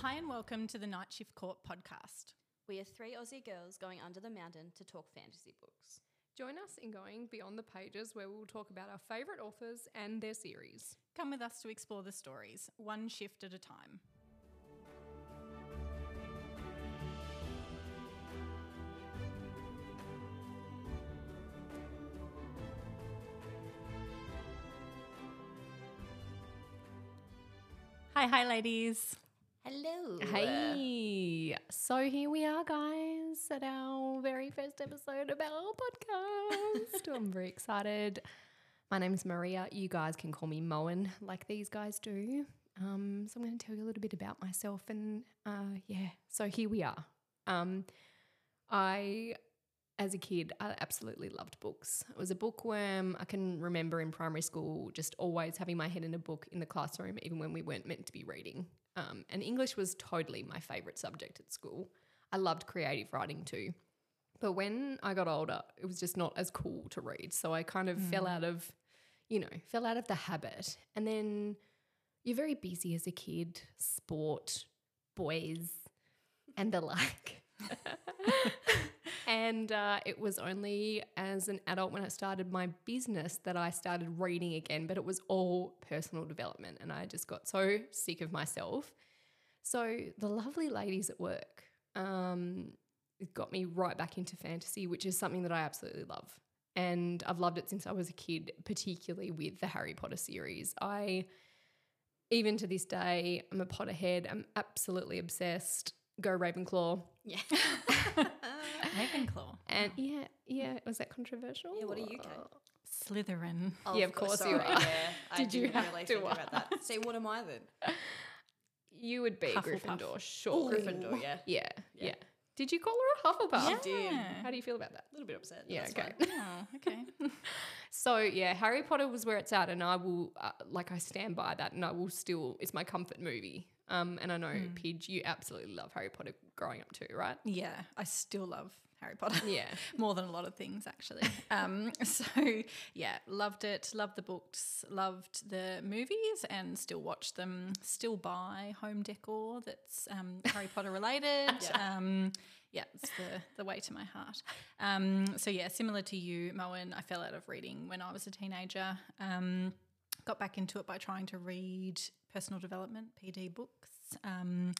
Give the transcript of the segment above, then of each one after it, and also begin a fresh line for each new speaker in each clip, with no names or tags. Hi, and welcome to the Night Shift Court podcast.
We are three Aussie girls going under the mountain to talk fantasy books.
Join us in going beyond the pages where we'll talk about our favourite authors and their series.
Come with us to explore the stories, one shift at a time. Hi, hi, ladies.
Hello.
Hey, so here we are, guys, at our very first episode of our podcast. I'm very excited. My name's Maria. You guys can call me Moen, like these guys do. Um, so I'm going to tell you a little bit about myself, and uh, yeah, so here we are. Um, I as a kid, I absolutely loved books. I was a bookworm. I can remember in primary school just always having my head in a book in the classroom, even when we weren't meant to be reading. Um, and English was totally my favourite subject at school. I loved creative writing too. But when I got older, it was just not as cool to read. So I kind of fell out of, you know, fell out of the habit. And then you're very busy as a kid, sport, boys, and the like. and uh, it was only as an adult when I started my business that I started reading again, but it was all personal development. And I just got so sick of myself. So the lovely ladies at work um, it got me right back into fantasy, which is something that I absolutely love. And I've loved it since I was a kid, particularly with the Harry Potter series. I even to this day, I'm a Potterhead. I'm absolutely obsessed. Go Ravenclaw.
Yeah.
Ravenclaw.
And yeah, yeah, was that controversial?
Yeah, what are you, Kate?
Slytherin.
Oh,
Yeah, of course you
sorry,
are.
Yeah, I
Did you
didn't
have
really
to
think about that. See, what am I then?
You would be
Hufflepuff.
Gryffindor, sure.
Gryffindor, yeah. A
Yeah, yeah, Did you call her a Hufflepuff?
Yeah. Dude.
How do you feel about that?
little bit upset.
Yeah,
that's
okay.
fine.
Oh, okay.
So yeah, Harry Potter was where it's at, and I will uh, like I stand by that, and I will still. It's my comfort movie. Um, and I know
Hmm.
Pidge, you absolutely love Harry Potter growing up too, right?
Yeah, I still love Harry Potter.
Yeah.
More than a lot of things, actually. Um, so, yeah, loved it. Loved the books. Loved the movies and still watch them. Still buy home decor that's um, Harry Potter related. yeah. Um, yeah, it's the, the way to my heart. Um, so, yeah, similar to you, Moen, I fell out of reading when I was a teenager. Um, got back into it by trying to read personal development, PD books. Um,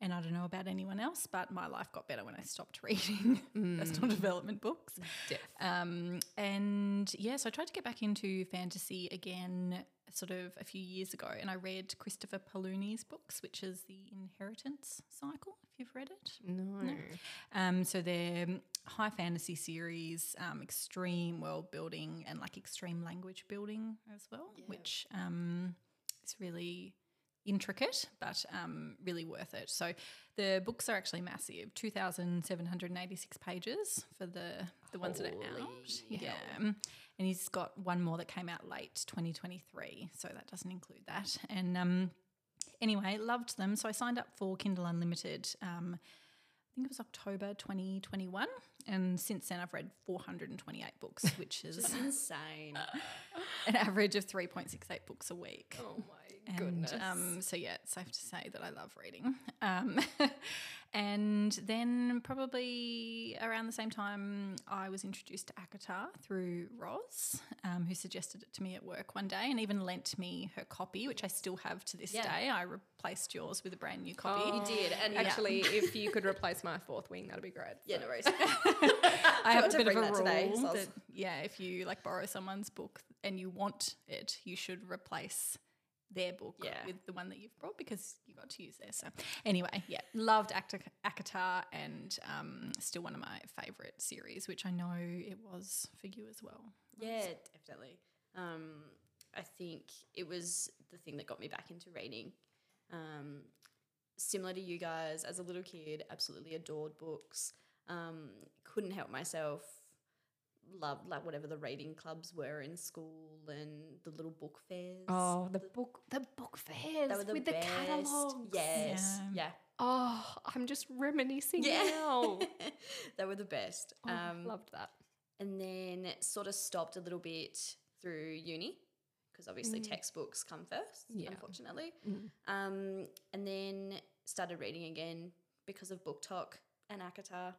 and I don't know about anyone else, but my life got better when I stopped reading personal development books.
Def.
Um, and yeah, so I tried to get back into fantasy again sort of a few years ago, and I read Christopher Paluni's books, which is The Inheritance Cycle, if you've read it.
Mm.
No.
Um, so they're high fantasy series, um, extreme world building, and like extreme language building as well, which um, is really intricate but um, really worth it. So the books are actually massive, two thousand seven hundred eighty six pages for the the ones that are out. Yeah, and he's got one more that came out late twenty twenty three, so that doesn't include that. And um, anyway, loved them, so I signed up for Kindle Unlimited. Um, I think it was October 2021. And since then, I've read 428 books, which is
Insane.
an average of 3.68 books a week.
Oh my
And,
goodness.
Um, so yeah, it's safe to say that I love reading. Um, and then probably around the same time, I was introduced to ACOTAR through Roz, um, who suggested it to me at work one day, and even lent me her copy, which I still have to this
Yeah.
day. I replaced yours with a brand new copy.
Oh,
You did, and
Actually, if you could replace my fourth wing, that'd be great.
yeah, no worries.
I have a
to
bit of a
bring
rule
that today, so I was-
that yeah, if you like borrow someone's book and you want it, you should replace their book
Yeah.
with the one that you've brought because you got to use theirs. So anyway, yeah, loved Act- Akatar and um, still one of my favourite series, which I know it was for you as well.
Yeah, definitely. Um, I think it was the thing that got me back into reading. Um, similar to you guys, as a little kid, absolutely adored books. Um, couldn't help myself. Loved like whatever the reading clubs were in school and the little book fairs.
Oh, the book, the book fairs
they were the
with
best.
the catalogs.
Yes,
Yeah.
yeah.
Oh, I'm just reminiscing
Yeah.
now. Oh,
they were the best. Um,
Loved that.
and then sort of stopped a little bit through uni Mm. because obviously textbooks come first,
Yeah.
unfortunately. Um, and then started reading again because of Book Talk and Akata,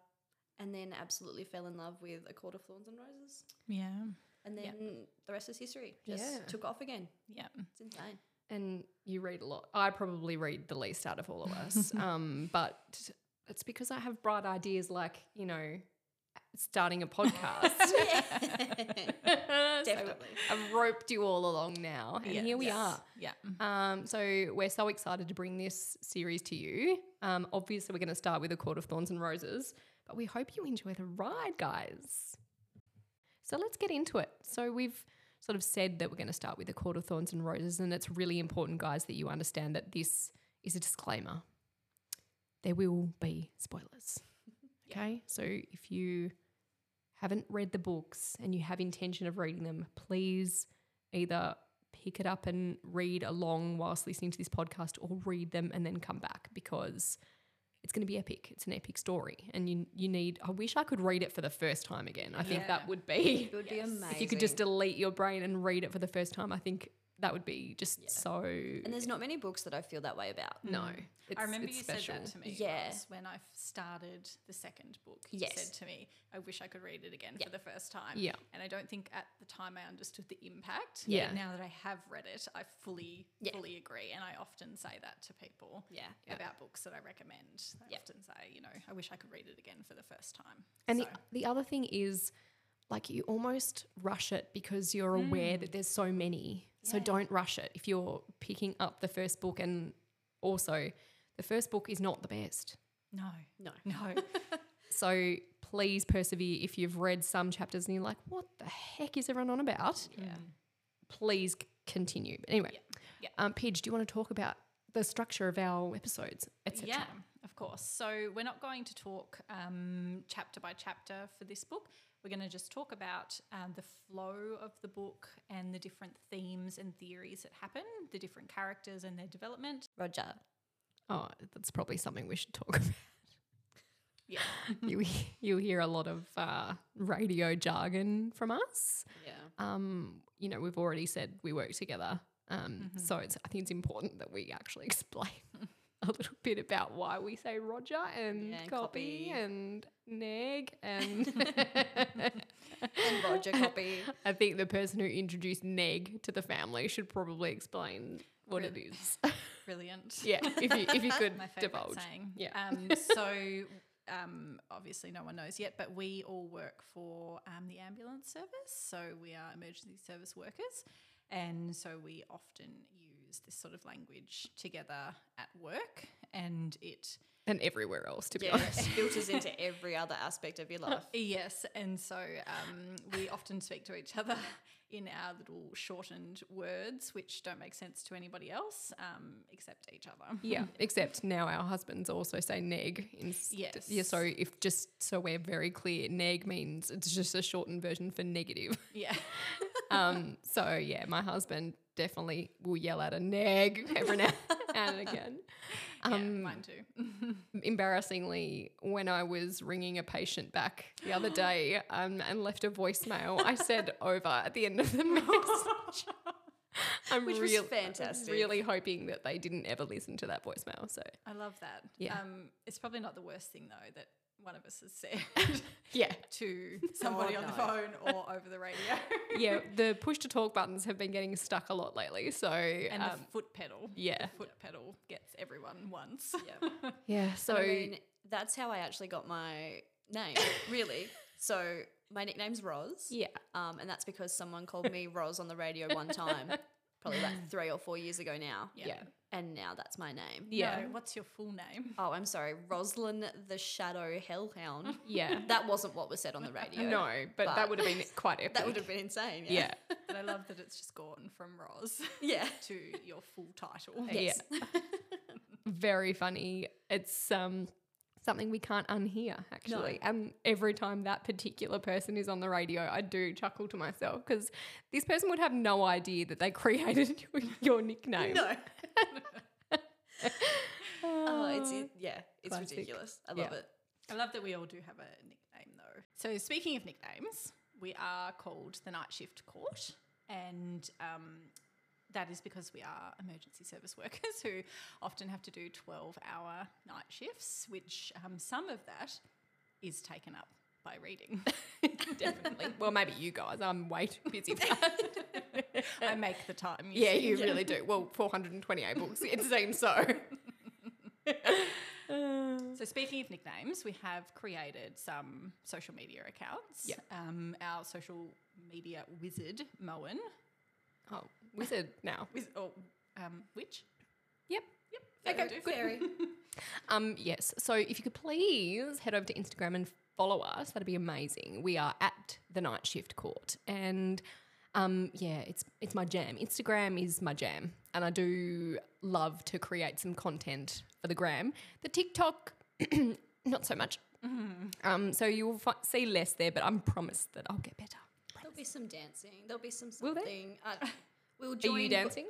and then absolutely fell in love with A Court of Thorns and Roses.
Yeah.
And then
Yeah.
the rest is history. Just
Yeah.
took off again.
Yeah.
It's insane.
And you read a lot. I probably read the least out of all of us. um, but it's because I have bright ideas like, you know, starting a podcast. So
Definitely.
I've roped you all along now. And here we
Yes.
are.
Yeah.
Um, so we're so excited to bring this series to you. Um, obviously, we're going to start with a court of thorns and roses, but we hope you enjoy the ride, guys. So let's get into it. So we've sort of said that we're going to start with a court of thorns and roses, and it's really important, guys, that you understand that this is a disclaimer. There will be spoilers. Okay, so if you haven't read the books and you have intention of reading them, please either pick it up and read along whilst listening to this podcast or read them and then come back because it's going to be epic. It's an epic story and you you need I wish I could read it for the first time again. I think that would be
It would be
Yes.
amazing.
if you could just delete your brain and read it for the first time. I think that would be just so
And there's not many books that I feel that way about.
no. It's,
I remember
it's
you
special.
said that to me.
Yeah.
Ross, when I started the second book, you
Yes.
said to me, "I wish I could read it again for the first time."
Yeah.
And I don't think at the time I understood the impact.
Yeah.
But now that I have read it, I fully,
Yeah.
fully agree, and I often say that to people.
Yeah.
About books that I recommend, I often say, you know, I wish I could read it again for the first time.
And
so,
the, the other thing is, like, you almost rush it because you're
Hmm.
aware that there's so many. So don't rush it if you're picking up the first book. And also, the first book is not the best.
no,
No.
no,
So please persevere if you've read some chapters and you're like, what the heck is everyone on about?
Yeah.
Please c- continue. But anyway,
Yeah.
Um, Pidge, do you want to talk about the structure of our episodes, etc.?
Yeah, of course. So we're not going to talk um, chapter by chapter for this book. We're going to just talk about um, the flow of the book and the different themes and theories that happen, the different characters and their development.
Roger.
Oh, that's probably something we should talk about.
Yeah.
you you hear a lot of uh, radio jargon from us.
Yeah.
Um, you know, we've already said we work together, um,
Mm-hmm.
so it's, I think it's important that we actually explain a little bit about why we say Roger and,
Yeah, and
copy,
copy.
and neg and.
And Roger copy.
I think the person who introduced neg to the family should probably explain what it is.
Brilliant.
yeah, if you if you could
My favorite
divulge.
saying.
Yeah.
Um, so. Um, obviously, no one knows yet, but we all work for um, the ambulance service. So we are emergency service workers. And so we often use this sort of language together at work. And it
and everywhere else, to be
Yeah.
honest.
It filters into every other aspect of your life.
Yes, and so um, we often speak to each other in our little shortened words, which don't make sense to anybody else um, except each other.
Yeah, except now our husbands also say neg. Inst- Yeah,
Yes.
so if just so we're very clear, neg means it's just a shortened version for negative.
Yeah,
Um, so yeah, my husband definitely will yell out a neg every now and again.
yeah
Um,
mine too.
Embarrassingly, when I was ringing a patient back the other day um, and left a voicemail, I said over at the end of the message. I'm
Which was
real-
fantastic.
Really hoping that they didn't ever listen to that voicemail. So
I love that.
Yeah.
Um, it's probably not the worst thing though that one of us has said
yeah,
to somebody
Oh,
on the
no.
phone or over the radio.
yeah, the push to talk buttons have been getting stuck a lot lately. So
And
um,
the foot pedal.
yeah,
The foot pedal gets everyone once.
Yeah.
yeah. So
I mean, that's how I actually got my name, really. So my nickname's Roz.
yeah,
Um, and that's because someone called me Roz on the radio one time, probably like three or four years ago now.
yeah,
And now that's my name.
yeah,
No, what's your full name?
Oh, I'm sorry, Roslyn the Shadow Hellhound.
yeah.
That wasn't what was said on the radio.
no, but,
but-
that would have been quite epic.
That would have been insane.
yeah,
But I love that it's just gone from Roz
Yeah.
to your full title.
Yes.
Yeah.
very funny. It's um something we can't unhear actually. And every time that particular person is on the radio, I do chuckle to myself because this person would have no idea that they created your, your nickname.
No. Oh, it's,
Ah.
it, yeah, it's
Classic.
ridiculous. I love
Yeah.
it.
I love that we all do have a nickname though. So speaking of nicknames, we are called the Night Shift Court, and um, that is because we are emergency service workers who often have to do 12 hour night shifts, which um, some of that is taken up by reading.
Definitely. well, maybe you guys. I'm way too busy for that.
I make the time. you
yeah,
see.
you really do. Well, 428 books. It seems so. Oh,
So, speaking of nicknames, we have created some social media accounts.
Yeah.
Um, our social media wizard, Moen,
Oh, wizard now.
wiz- or, um, which?
Yep.
Yep.
Okay, good.
Um, yes. So if you could please head over to Instagram and follow us, that'd be amazing. We are at the Night Shift Court, and um, yeah, it's it's my jam. Instagram is my jam, and I do love to create some content for the gram. The TikTok, not so much. Um, so you will fi- see less there, but I'm promised that I'll get better.
There'll be some dancing. There'll be some
Will there?
something. I don't know. we'll
Are
join
you
book-
dancing?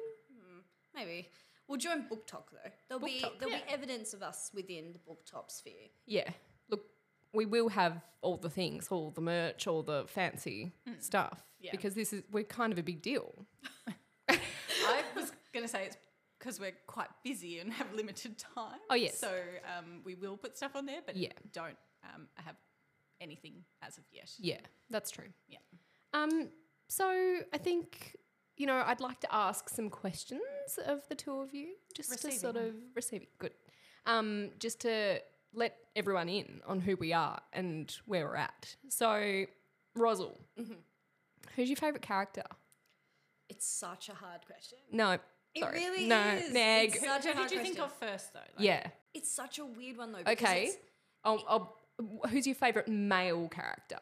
maybe. We'll join book talk though. There'll
Book
be
talk,
there'll
yeah.
be evidence of us within the book top sphere.
Yeah. Look, we will have all the things, all the merch, all the fancy stuff,
Yeah.
because this is we're kind of a big deal.
I was going to say it's because we're quite busy and have limited time.
Oh, yes.
So, um, we will put stuff on there, but
Yeah.
don't um, have anything as of yet.
Yeah, that's true.
Yeah.
Um, so I think you know I'd like to ask some questions of the two of you, just to sort of
Receiving.
receive good, um, just to let everyone in on who we are and where we're at. So, Rosal,
Mm-hmm.
who's your favourite character?
It's such a hard question.
No,
It
sorry,
really
no,
is.
Neg.
It's such a
Who
hard
did you
question.
think of first, though? Like,
yeah,
It's such a weird one though. because
okay.
it's-
I'll, I'll, who's your favourite male character?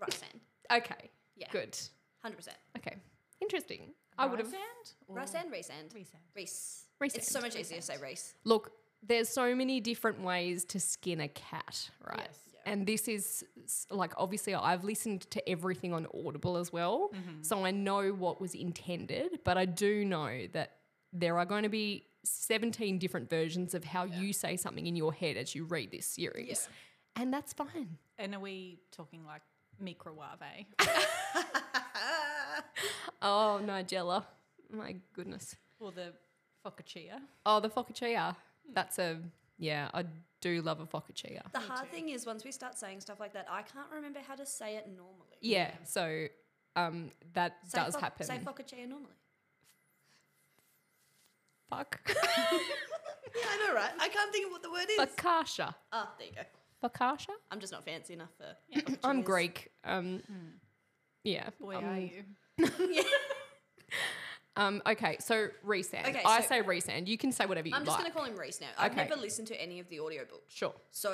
Ryzan.
Okay,
Yeah.
good.
Hundred percent.
Okay, interesting. I would have
Rysand or-
Ryzan, Rysand.
Rysand.
Reese.
Reese
It's so
End.
much easier to say race.
Look, there's so many different ways to skin a cat, right?
Yes.
And this is s- like obviously I've listened to everything on Audible as well, so I know what was intended, but I do know that there are going to be 17 different versions of how you say something in your head as you read this series. And that's fine.
And are we talking like microwave?
Oh, Nigella. My goodness.
or the focaccia?
Oh, the focaccia. That's a yeah, I do love a focaccia.
The hard thing is once we start saying stuff like that, I can't remember how to say it normally.
Yeah, so um, that
Say
does
fo-
happen.
Say focaccia normally.
Fuck.
Yeah, I know, right? I can't think of what the word is.
Fakasha.
Ah, there you go.
Fakasha?
I'm just not fancy enough for.
I'm
focaccias.
Greek. Um, Yeah.
Boy,
um,
are you?
Yeah.
Um, okay, so resend.
Okay,
I
so-
say resend. You can say whatever you
I'm just
like.
going to call him Reese now. I've
Okay.
never listened to any of the audiobooks.
Sure.
So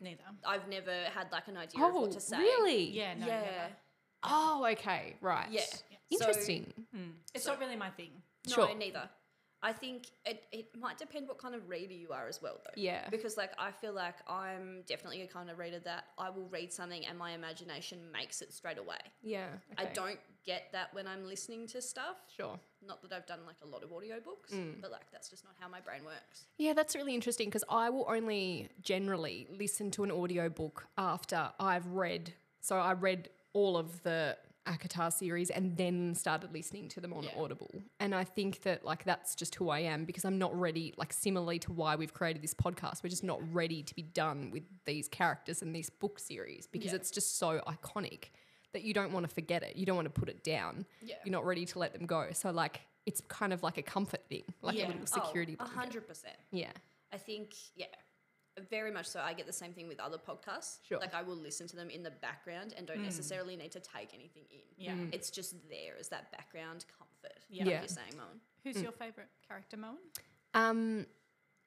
Neither.
I've never had like an idea of
Oh,
what to say.
really?
Yeah, no,
yeah.
never.
Oh, okay. Right.
Yeah. So-
Interesting.
Hmm. It's not really my thing.
No,
Sure.
neither. I think it, it might depend what kind of reader you are as well, though.
Yeah.
Because, like, I feel like I'm definitely a kind of reader that I will read something and my imagination makes it straight away.
yeah.
I
okay.
don't get that when I'm listening to stuff.
Sure.
Not that I've done like a lot of audiobooks,
Mm.
but like that's just not how my brain works.
Yeah, that's really interesting because I will only generally listen to an audiobook after I've read. So I read all of the Akatar series and then started listening to them on
Yeah.
Audible. And I think that like that's just who I am because I'm not ready like similarly to why we've created this podcast. We're just not ready to be done with these characters and this book series because
Yeah.
it's just so iconic that you don't want to forget it. You don't want to put it down.
Yeah.
You're not ready to let them go. So like it's kind of like a comfort thing, like
Yeah.
a little security
Oh, A
blanket.
hundred percent.
Yeah.
I think, yeah, very much so. I get the same thing with other podcasts.
Sure.
Like I will listen to them in the background and don't necessarily need to take anything in.
Yeah. Mm.
It's just there as that background comfort.
Yeah.
Like
Yeah.
you're saying, Moen.
Who's
Mm.
your favourite character, Moen?
Um,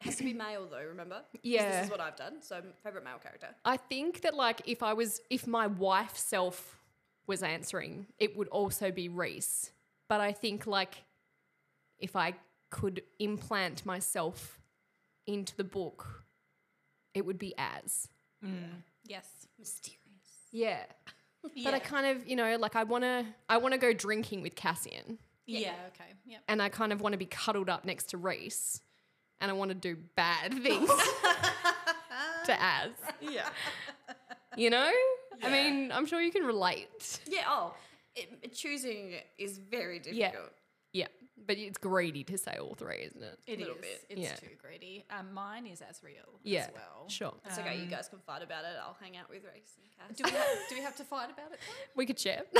It has to be male though, remember? 'Cause
Yeah.
This is what I've done. So favorite male character.
I think that like if I was if my wife self was answering, it would also be Reese. But I think like if I could implant myself into the book, it would be as.
Yes.
Mysterious.
Yeah. But I kind of, you know, like I want to I want to go drinking with Cassian
Yeah. okay. Yep.
and I kind of want to be cuddled up next to Reese and I want to do bad things to Az.
Yeah.
You know? I mean, I'm sure you can relate.
yeah. Oh, it, choosing is very difficult.
Yeah, but it's greedy to say all three, isn't it?
It is.
Little bit.
It's
Yeah.
too greedy. Um, mine is as real
Yeah,
as well.
sure.
It's okay. You
Um,
guys can fight about it. I'll hang out with Race and
Do
Cass.
we, have, do we have to fight about it?
We could share.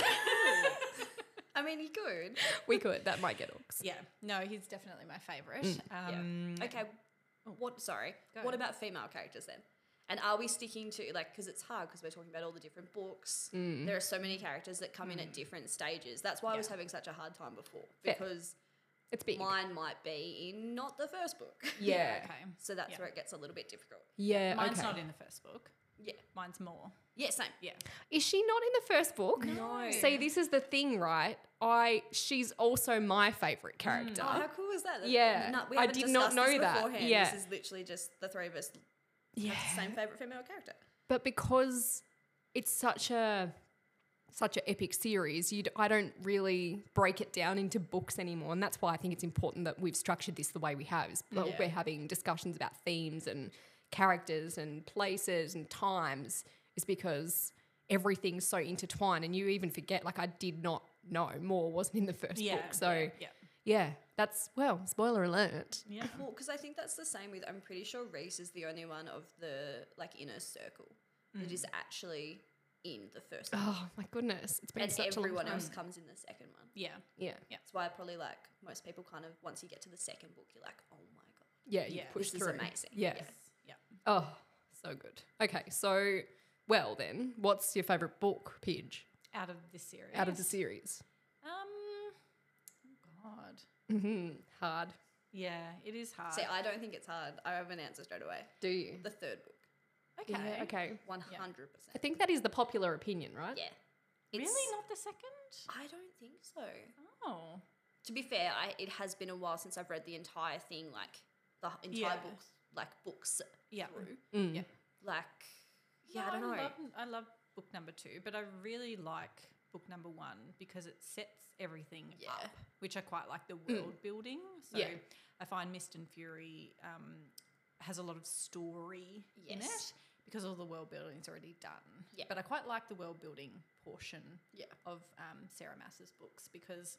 I mean, you could.
we could. That might get orcs.
Yeah. No, he's definitely my favourite.
Mm.
Yeah.
Um,
Okay.
Oh.
What? Sorry.
Go
What
ahead.
about female characters then? And are we sticking to like because it's hard because we're talking about all the different books.
Mm.
There are so many characters that come in at different stages. That's why I was
Yeah.
having such a hard time before
Fair.
because
It's big.
mine might be in not the first book.
yeah.
Okay.
so that's
Yeah.
where it gets a little bit difficult.
Yeah.
Mine's
okay.
not in the first book.
Yeah.
Mine's more.
Yeah. Same.
Yeah.
Is she not in the first book?
No.
See, this is the thing, right? I she's also my favorite character.
Oh, how cool was that? That-
Yeah.
No, we
I
haven't
did not
discussed this
know that.
beforehand.
Yeah.
This is literally just the three of us
yeah.
have the same favorite female character.
But because it's such a such an epic series, you I don't really break it down into books anymore, and that's why I think it's important that we've structured this the way we have. Is that
Yeah.
We're having discussions about themes and characters and places and times, is because everything's so intertwined, and you even forget. Like I did not know more wasn't in the first book, so.
yeah.
Yeah, that's well, spoiler alert.
Yeah.
Well, because I think that's the same with. I'm pretty sure Reese is the only one of the like inner circle that is actually in the first one,
Mm. Oh my goodness, it's been
and
such a long
everyone
time.
else comes in the second one.
Yeah.
Yeah,
That's why probably like most people kind of once you get to the second book, you're like, oh my god,
yeah, you
Yeah,
push
this
through.
is amazing.
Yeah.
Yeah.
Yeah.
Oh, so good. Okay, so well then, what's your favorite book, Pidge,
Out of this series.
out of the series?
Um. Oh God.
hmm Hard.
Yeah. It is
Uh,
hard.
See, I don't think it's hard. I have an answer straight away.
Do you?
The third book,
okay.
Yeah, okay.
one hundred
I
percent.
think that is the popular opinion, right?
Yeah.
Really?
It's-
Not the second?
I don't think so.
Oh.
to be fair, I, it has been a while since I've read the entire thing, like the h- entire
Yeah.
book, like books
Yeah.
through.
Mm.
Yeah.
Like, yeah, I don't know.
Love, I love book number two, but I really like book number one because it sets everything
Yeah. Mm.
up, which I quite like the world building. So
Yeah.
I find Mist and Fury um, has a lot of story in
Yes.
it because all the world building is already done.
Yeah.
But I quite like the world building portion
Yeah.
of um, Sarah Mass's books because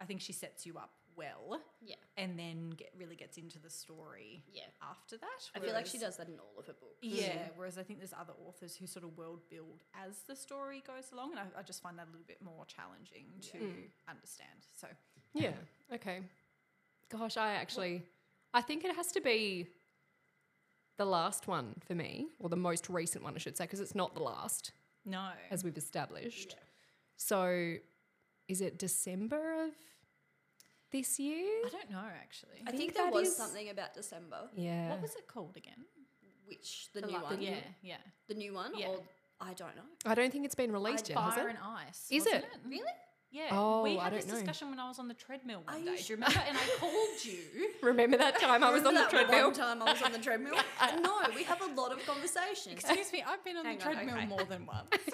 I think she sets you up well
yeah,
and then get, really gets into the story
yeah.
after that.
I feel like she
whereas-
does that in all of her books.
Hmm.
yeah, whereas I think there's other authors who sort of world build as the story goes along, and I, I just find that a little bit more challenging to understand. So
Yeah. Okay. Gosh, I actually, I think it has to be the last one for me, or the most recent one, I should say, because it's not the last.
no,
as we've established.
Yeah.
So, is it December of this year?
I uh, don't know actually.
I
think
think there
that
was
is-
something about December,
Yeah.
What was it called again?
which the,
The
new
la- the
one,
new-
Yeah,
Yeah.
yeah.
the new one,
Yeah.
or I don't know.
I don't think it's been released yet, has
Fire
it?
and ice.
Is
wasn't
it?
Really?
Yeah.
Oh,
we
I
had
don't
this
know.
discussion when I was on the treadmill
Are
one
you
day. Do
sure?
you remember? And I called you.
Remember that time I was on the
Remember that
treadmill?
One time I was on the treadmill. no, we have a lot of conversations.
Excuse me, I've been on
Hang
the
on,
treadmill
okay.
more than once.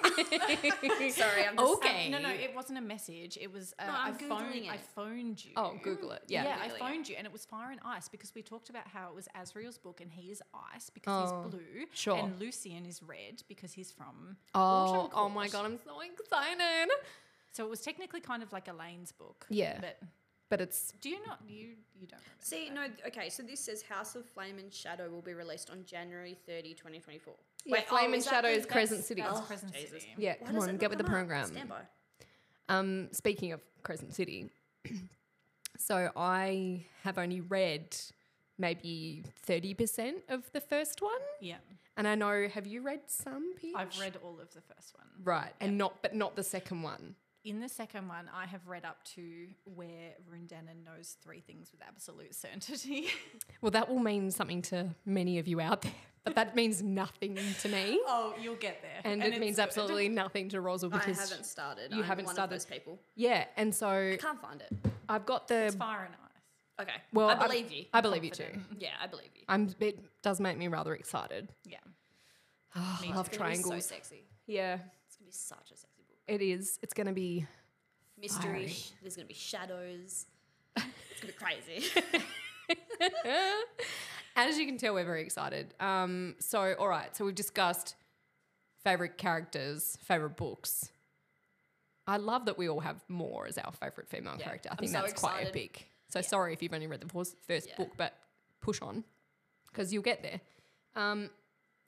Sorry, I'm just.
Oh. Okay.
no, no, it wasn't a message. It was uh,
No,
I
I'm
phoned.
Googling
I
it.
phoned you.
Oh, Google it. Yeah.
Yeah, I
Googling it.
phoned you, and it was Fire and Ice because we talked about how it was Azriel's book, and he is ice because
Oh,
he's blue,
sure.
and Lucian is red because he's from.
Oh,
Autumn
oh my
Court.
god, I'm so excited.
So it was technically kind of like Elaine's book.
Yeah.
but
But it's
do you not you you don't remember?
See,
that.
no, okay, so this says House of Flame and Shadow will be released on January 30, 2024.
Yeah, Flame and
is that
Shadow
the-
is Crescent City.
That's
Oh,
Crescent
Jesus.
City.
yeah,
Why
come
does it
on,
not
get with the
come up?
program.
Stand by.
Um, speaking of Crescent City, so I have only read maybe 30% of the first one.
Yeah,
And I know, have you read some, Peach?
I've read all of the first one.
Right, and not but not the second one.
In the second one, I have read up to where Rundanon knows three things with absolute certainty.
Well, that will mean something to many of you out there, but that means nothing to me,
oh, you'll get there.
and, it
it's
means
good.
absolutely nothing to Rosal
I
because
haven't started.
you
I'm
haven't
one
started.
Of those people
yeah. And so
can't find it.
I've got
It's
the
Fire and Ice.
Okay,
well,
I believe you.
I believe you too.
Confident.
yeah, I believe you.
I'm. It does make me rather excited.
Yeah.
Oh, I
too.
love
It's gonna be
triangles.
So sexy.
yeah,
It's gonna be such a sexy book.
it is. It's going to be.
Mystery.
Fiery.
There's gonna be shadows. It's gonna be crazy.
As you can tell, we're very excited. Um, so, all right. So we've discussed favorite characters, favorite books. I love that we all have more as our favorite female
Yeah,
character. I
I'm
think
so
that's quite
excited.
epic. So
Yeah.
sorry if you've only read the first, first
Yeah.
book, but push on because you'll get there. Um,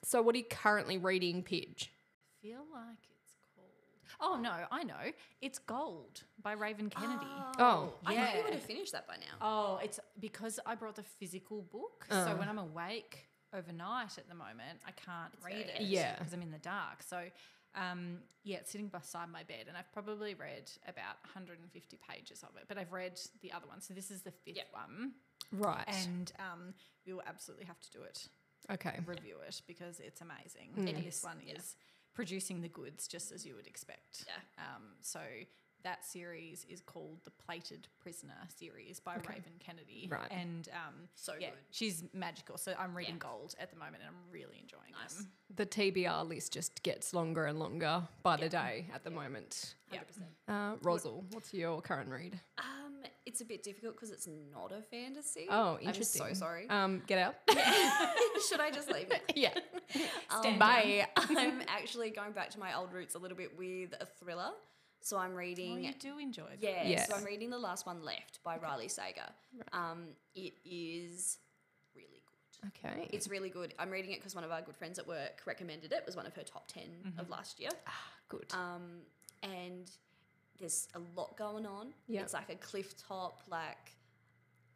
so what are you currently reading, Pidge?
feel like it's called. Oh no, I know. It's Gold by Raven Kennedy.
Oh,
I thought
yeah.
you would have finished that by now.
Oh, it's because I brought the physical book.
Uh.
So when I'm awake overnight at the moment, I can't read
very
it.
heavy.
Yeah.
Because I'm in the dark. So, um, yeah, it's sitting beside my bed, and I've probably read about 150 pages of it, but I've read the other one. So this is the fifth
Yeah.
one.
Right.
And um, we will absolutely have to do it,
okay.
review it, because it's amazing. And
Mm.
It
this
is,
one
yeah.
is producing the goods just as you would expect.
Yeah.
Um, so that series is called the Plated Prisoner series by
Okay.
Raven Kennedy,
Right.
and um,
So
yeah,
good.
she's magical. So I'm reading
Yeah.
Gold at the moment, and I'm really enjoying
Nice.
them.
The TBR list just gets longer and longer by the
Yeah.
day at the moment.
Yeah.
100%.
Uh, Rosal, what's your current read?
Um, it's a bit difficult because it's not a fantasy.
Oh, interesting.
I'm so sorry.
Um, get out.
Should I just leave? it?
yeah.
Um,
Bye.
I'm actually going back to my old roots a little bit with a thriller. So I'm
Well,
reading.
Oh, you do enjoy them.
Yeah,
Yeah.
so I'm reading The Last One Left by Riley Sager. Um, it is really good.
Okay.
It's really good. I'm reading it because one of our good friends at work recommended it. It was one of her top 10
Mm-hmm.
of last year.
good.
Um, and there's a lot going on.
Yeah.
It's like a cliff top, like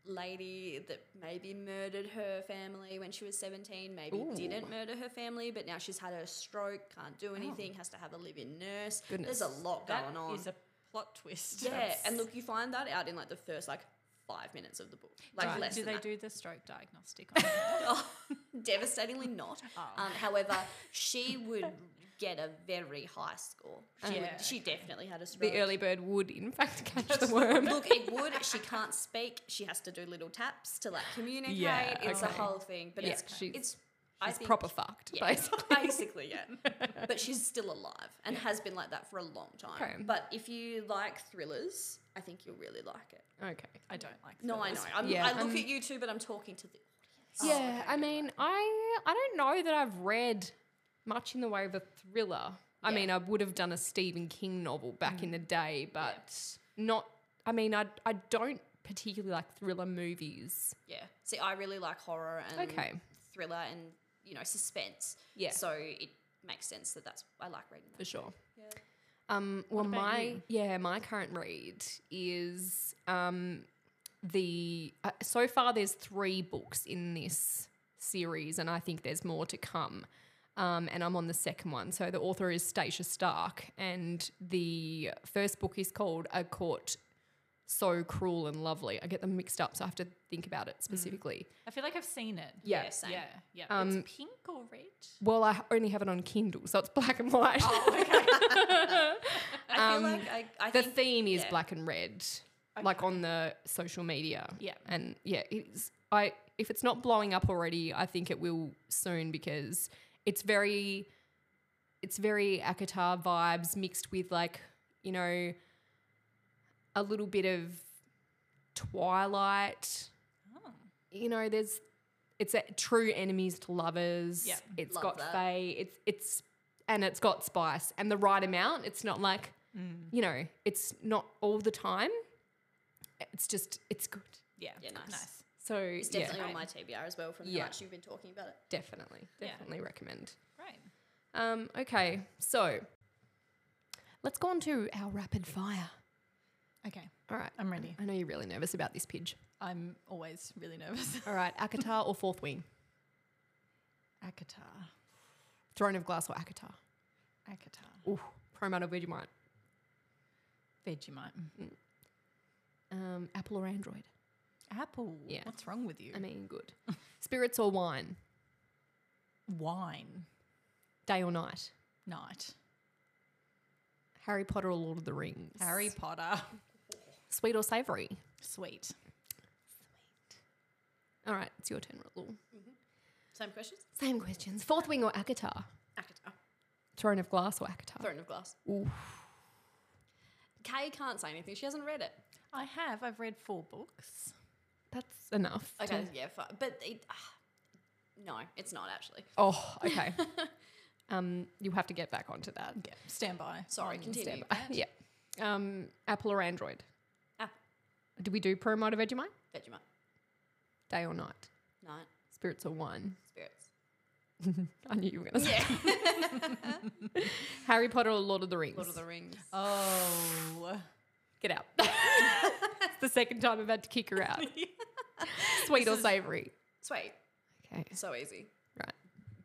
lady that maybe murdered her family when she was 17, maybe
Ooh.
didn't murder her family, but now she's had a stroke, can't do anything, has to have a live-in nurse. There's
Oh. Goodness.
a lot
That
going on.
is a plot twist.
yeah, and look, you find that out in like the first like five minutes of the book. Like
do,
less
do
than
they
that.
do the stroke diagnostic? On her?
Devastatingly not.
Oh.
Um, however, she would get a very high score. She,
Yeah,
would, she definitely had a stroke.
the early bird would, in fact, catch the worm.
Look, it would. She can't speak. She has to do little taps to like communicate.
Yeah,
it's
okay.
a whole thing. But
Yeah,
it's
she's-
it's I
It's
think,
proper fucked,
yeah,
basically.
basically, yeah. But she's still alive and has been like that for a long time.
Okay.
But if you like thrillers, I think you'll really like it.
Okay.
Oh,
I don't like.
No, I know.
thrillers.
I'm,
Yeah,
I look
I'm-
at you two, but I'm talking to the. Oh,
yeah, I mean, I I don't know that I've read much in the way of a thriller. I
Yeah. Mm.
mean, I would have done a Stephen King novel back in the day, but not. I mean, I I don't particularly like thriller movies.
Yeah. See, I really like horror and
Okay.
thriller and you know suspense.
Yeah.
So it makes sense that that's I like reading
for
that.
sure.
Yeah.
Um, well,
about
my
you?
yeah, my current read is um, the uh, so far there's three books in this series, and I think there's more to come. Um, and I'm on the second one. So the author is Stacia Stark, and the first book is called A Court So Cruel and Lovely. I get them mixed up, so I have to think about
Mm.
it specifically.
I feel like I've seen it.
Yeah. same.
Yeah, yeah.
Um,
it's pink or red.
Well, I h- only have it on Kindle, so it's black and white.
I feel like I, Oh, I
Um, the
think
theme is
yeah.
black and red, like on the social media.
Yeah.
and yeah, it's I if it's not blowing up already, I think it will soon because it's very, it's very Akatar vibes mixed with like you know, a little bit of Twilight.
Oh.
You know, there's it's a true enemies to lovers.
Yeah.
it's
Love
got
that.
Faye. It's it's and it's got spice and the right amount. It's not like
Hmm.
you know, it's not all the time. It's just, it's good.
Yeah,
Yeah, nice.
nice.
So
It's
yeah,
definitely on my TBR as well from
Yeah.
how much you've been talking about it.
definitely,
Yeah.
definitely recommend.
Great.
Um, okay, so let's go on to our rapid fire.
Okay,
All right,
I'm ready.
I know you're really nervous about this, Pidge.
I'm always really nervous.
All right, Akatar or Fourth Wing?
Akatar.
Throne of Glass or Akatar?
Akatar.
Ooh, Promata Vegemite.
Vegemite.
Um, Apple or Android?
Apple.
Yeah.
What's wrong with you?
I mean, good. Spirits or wine?
Wine.
Day or night?
Night.
Harry Potter or Lord of the Rings?
Harry Potter.
Sweet or savory?
Sweet.
All right, it's your turn, Rule.
Mm-hmm. Same questions?
Same questions. Fourth wing or Akatar?
Akatar.
Throne of Glass or Akatar?
Throne of Glass.
Oof.
Kay can't say anything. She hasn't read it.
I have. I've read four books.
That's enough. to-
Okay, yeah, fine. But it, ah, no, it's not actually.
Oh, okay. um, you have to get back onto that.
Yeah. Stand by.
Sorry,
on
continue.
Mm, Stand by. yeah. Um, Apple or Android?
Apple.
Do we do promo to Vegemite?
Vegemite.
Day or night?
Night.
Spirits or wine?
Spirits.
I knew you were going to say
Yeah.
Harry Potter or Lord of the Rings?
Lord of the Rings.
Oh.
Get out. it's the second time I've had to kick her out. Sweet or savoury?
Sweet.
Okay.
So easy.
Right.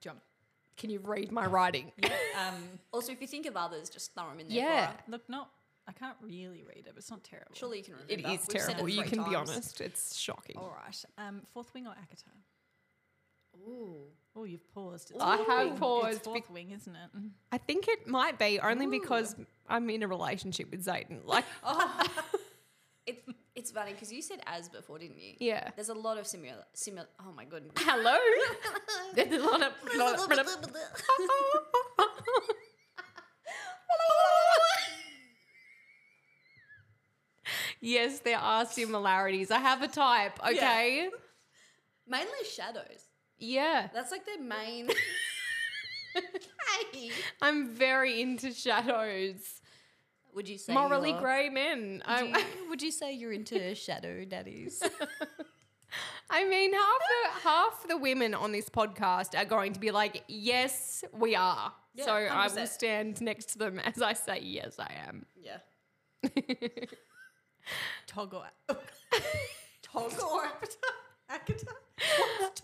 Jump.
Can you read my writing?
Um,
Also, if you think of others, just throw them in there.
Yeah.
Laura.
look, not. I can't really read it. But it's not terrible.
Surely you can remember.
It is
We've said
terrible.
it
You
three
can be
times.
honest. It's shocking.
All right. Um, fourth wing or Akatar?
Ooh.
Oh, you've paused. It's
I
fourth
have
wing. It's
paused
fourth wing, isn't it?
I think it might be only because I'm in a relationship with Zayden. Like,
It, Oh. it's funny because you said as before, didn't you?
yeah.
There's a lot of similar. similar oh my goodness.
Hello. There's a lot of- lot of- lot of- yes, there are similarities. I have a type. Okay.
Mainly shadows.
Yeah.
That's like their main. hey.
I'm very into shadows.
Would you say
Morally
you're-
grey men.
Do
I,
you- would you say you're into shadow daddies?
I mean, half the, half the women on this podcast are going to be like, yes, we are.
Yeah,
so I will
100%.
stand next to them as I say, yes, I am.
yeah.
Toggle.
Toggle.
Akatar.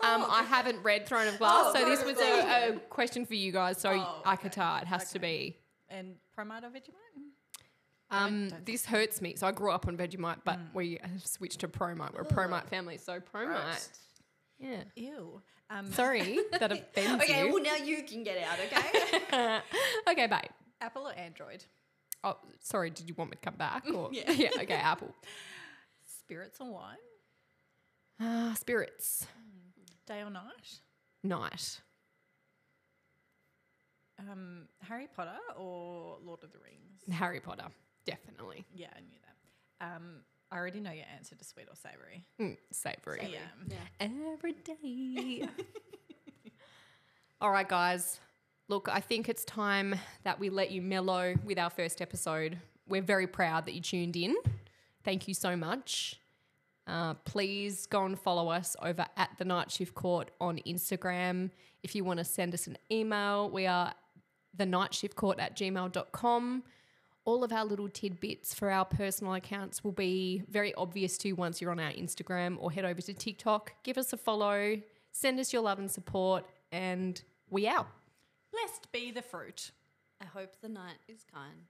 Um, I haven't read Throne of Glass,
Oh,
so this
Throne
was
of
a, a question for you guys. So
Oh, okay.
Akatar, it has to be.
And Promata Vegemite.
Um,
don't
this hurts me. So I grew up on Vegemite, but
Mm.
we have switched to Promite. We're a Promite family, so Promite. Yeah.
Ew. Um,
Sorry that
Mm.
offends
Okay,
you.
well now you can get out, okay?
okay, babe.
Apple or Android?
Oh, sorry. Did you want me to come back? Or
Yeah.
Okay, Apple.
Spirits or wine?
Ah, spirits.
Day or night?
Night.
Um, Harry Potter or Lord of the Rings?
Harry Potter. Definitely.
Yeah, I knew that. Um, I already know your answer to sweet or savory.
Mm, savory.
Yeah.
every day. All right, guys. Look, I think it's time that we let you mellow with our first episode. We're very proud that you tuned in. Thank you so much. Uh, please go and follow us over at the Night Shift Court on Instagram. If you want to send us an email, we are the nightshiftcourt at gmail.com. All of our little tidbits for our personal accounts will be very obvious to you once you're on our Instagram or head over to TikTok. Give us a follow, send us your love and support, and we out.
Blessed be the fruit.
I hope the night is kind.